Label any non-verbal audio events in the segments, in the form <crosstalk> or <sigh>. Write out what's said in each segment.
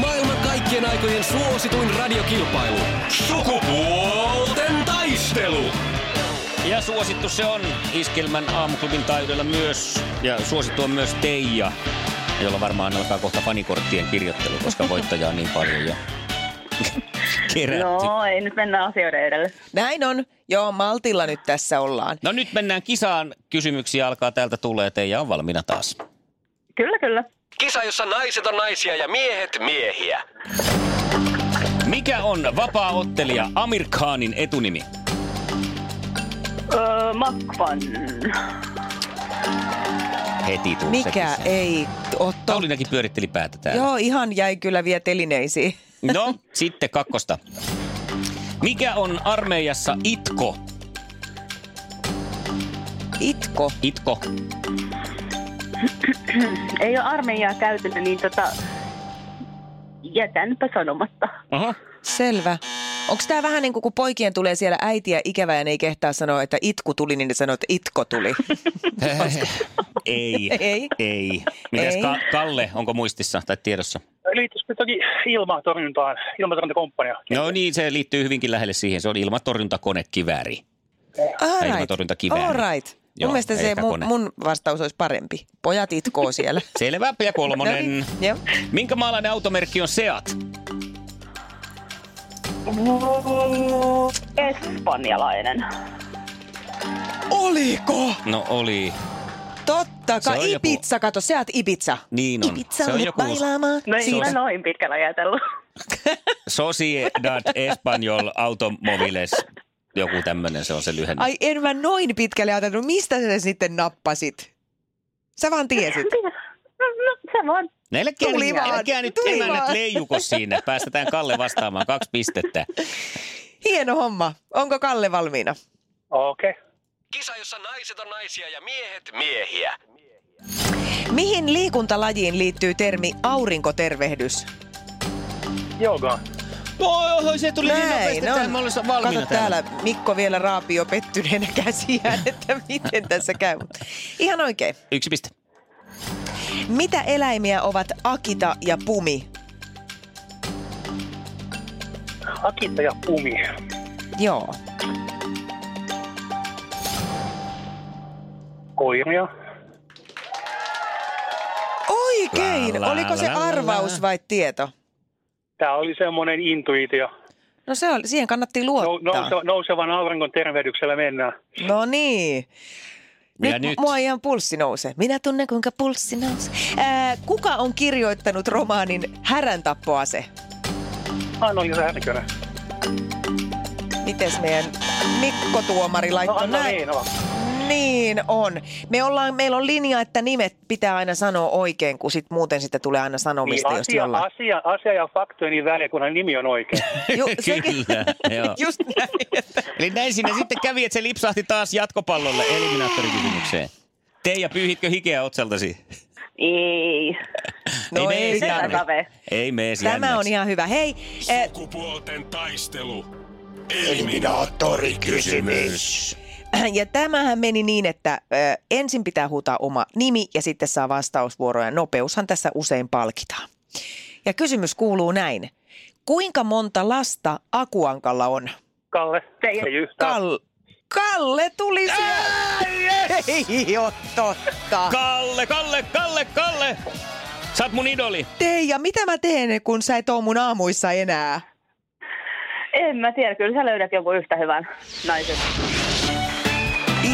Maailman kaikkien aikojen suosituin radiokilpailu. Sukupuolten taistelu. Ja suosittu se on Iskelmän aamuklubin taidoilla myös. Ja suosittu on myös Teija, jolla varmaan alkaa kohta fanikorttien kirjoittelu, koska voittajaa on niin paljon jo <laughs> kerätty. No. No, ei nyt mennä asioiden edelle. Näin on. Joo, maltilla nyt tässä ollaan. no nyt mennään kisaan. Kysymyksiä alkaa täältä tulee. Teija on valmiina taas. Kyllä, kyllä. Kisa, jossa naiset on naisia ja miehet miehiä. Mikä on vapaaottelija Amir Khanin etunimi? Öö, Makvan. Heti tuu Mikä sekin. ei ole totta. Pauliinakin pyöritteli päätä täällä. Joo, ihan jäi kyllä vielä telineisiin. No, sitten kakkosta. Mikä on armeijassa itko? Itko. Itko. Ei ole armeijaa käytetty, niin tota... Jätänpä sanomatta. Aha. Selvä. Onko tämä vähän niin kuin, kun poikien tulee siellä äitiä ikävä ja ne ei kehtaa sanoa, että itku tuli, niin ne sanoo, että itko <laughs> tuli. Ei. Ei. Ei. Mitäs Ei. Ka- Kalle, onko muistissa tai tiedossa? Liittyisikö toki ilmatorjuntaan, ilmatorjuntakomppania? No niin, se liittyy hyvinkin lähelle siihen. Se on ilmatorjuntakonekivääri. All ilmatorjuntakivääri. All right. Joo, Joo, mun mielestä se eikä mun, kone. mun vastaus olisi parempi. Pojat itkoo siellä. Selvä. Ja <laughs> kolmonen. No niin, joo. Minkä maalainen automerkki on Seat? Espanjalainen. Oliko? No oli. Totta Se on kai. joku- Ibiza, kato, seat Ibiza. Niin on. Ibiza Se on nyt joku- bailaamaan. No ei Siitä. mä noin pitkällä ajatellut. Sociedad Español Automoviles. Joku tämmöinen se on se lyhenne. Ai en mä noin pitkälle ajatellut. Mistä sä sen sitten nappasit? Sä vaan tiesit. No, se vaan. No älkää, Tuli nyt, vaan, älkää nyt tuli emännät vaan. leijuko siinä. Päästetään Kalle vastaamaan. Kaksi pistettä. Hieno homma. Onko Kalle valmiina? Okei. Okay. Kisa, jossa naiset on naisia ja miehet miehiä. Mihin liikuntalajiin liittyy termi aurinkotervehdys? Joogaan. Oi, se tuli niin nopeasti. Näin Tämä on. me ollaan valmiina Kato täällä Mikko vielä raapii jo pettyneenä käsiään, <laughs> että miten tässä käy. Mut Ihan oikein. Yksi piste. Mitä eläimiä ovat akita ja pumi? Akita ja Pumi. Joo. Koiria. Oikein! La, la, Oliko se la, la, la. arvaus vai tieto? Tämä oli semmoinen intuitio. No, No se oli, siihen kannatti no, Nou, luottaa. nouse, nousevan auringon tervehdyksellä mennään. No niin. Ja Nyt, nyt? nyt mua ihan pulssi nousee. Minä tunnen kuinka pulssi nousee. Ää, kuka on kirjoittanut romaanin Härän tappoase? Anna-Liisa Härkönen. Mites meidän Mikko Tuomari No laittoi anna näin? niin, no. Niin on. Me ollaan, meillä on linja, että nimet pitää aina sanoa oikein, kun sit muuten sitä tulee aina Niin, sanomista, jos asia, <laughs> jollain. asia, asia ja faktojen väliä, kunhan nimi on oikein. Ju, <laughs> Kyllä, joo. <laughs> Just näin. Että. Eli näin siinä sitten kävi, että se lipsahti taas jatkopallolle eliminaattorikysymykseen. Teija, pyyhitkö hikeä otsaltasi? Ei. No mene ei edes tarvi. jännäksi. Ei mene edes Tämä on jännäksi. ihan hyvä. Hei, eh, Sukupuolten taistelu. ja tämähän meni niin, että eh, ensin pitää huutaa oma nimi ja sitten saa vastausvuoroja. Nopeushan tässä usein palkitaan. Ja kysymys kuuluu näin. Kuinka monta lasta Akuankalla on? Kalle, Teija. ei yhtään. Kal- Kalle tuli sieltä. Ei ole totta. Kalle, Kalle, Kalle, Kalle! Sä oot mun idoli. Teija, mitä mä teen, kun sä et oo mun aamuissa enää? En mä tiedä, kyllä sä löydät joku yhtä hyvän naisen.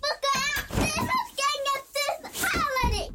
forget this is getting a this holiday.